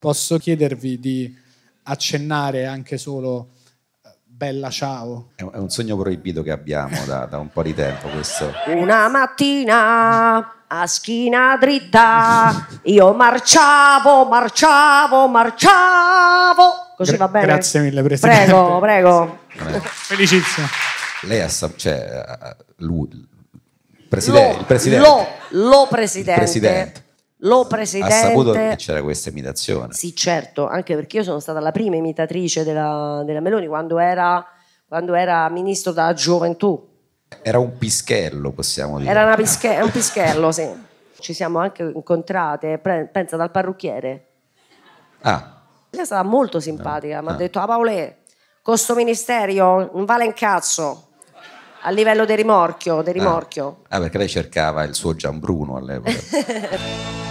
Posso chiedervi di accennare anche solo eh, Bella Ciao? È un, è un sogno proibito che abbiamo da, da un po' di tempo questo. Una mattina a schiena dritta io marciavo, marciavo, marciavo. Così Gra- va bene. Grazie mille, Presidente. Prego, prego. Non è- Felicissimo. Lei ha... sa- Cioè, eh, lui... Il presidente, Lo- il presidente Lo, lo presidente. Il presidente. Lo ha presidente. saputo che c'era questa imitazione. Sì, certo, anche perché io sono stata la prima imitatrice della, della Meloni quando era, quando era ministro della gioventù. Era un pischello, possiamo dire. Era una pische- un pischello, sì. Ci siamo anche incontrate, pre- pensa dal parrucchiere. Ah, Lei è stata molto simpatica, mi ha Ah. detto, ah Paolè, questo ministerio non vale un cazzo a livello del rimorchio, del ah. rimorchio. Ah, perché lei cercava il suo Gianbruno all'epoca.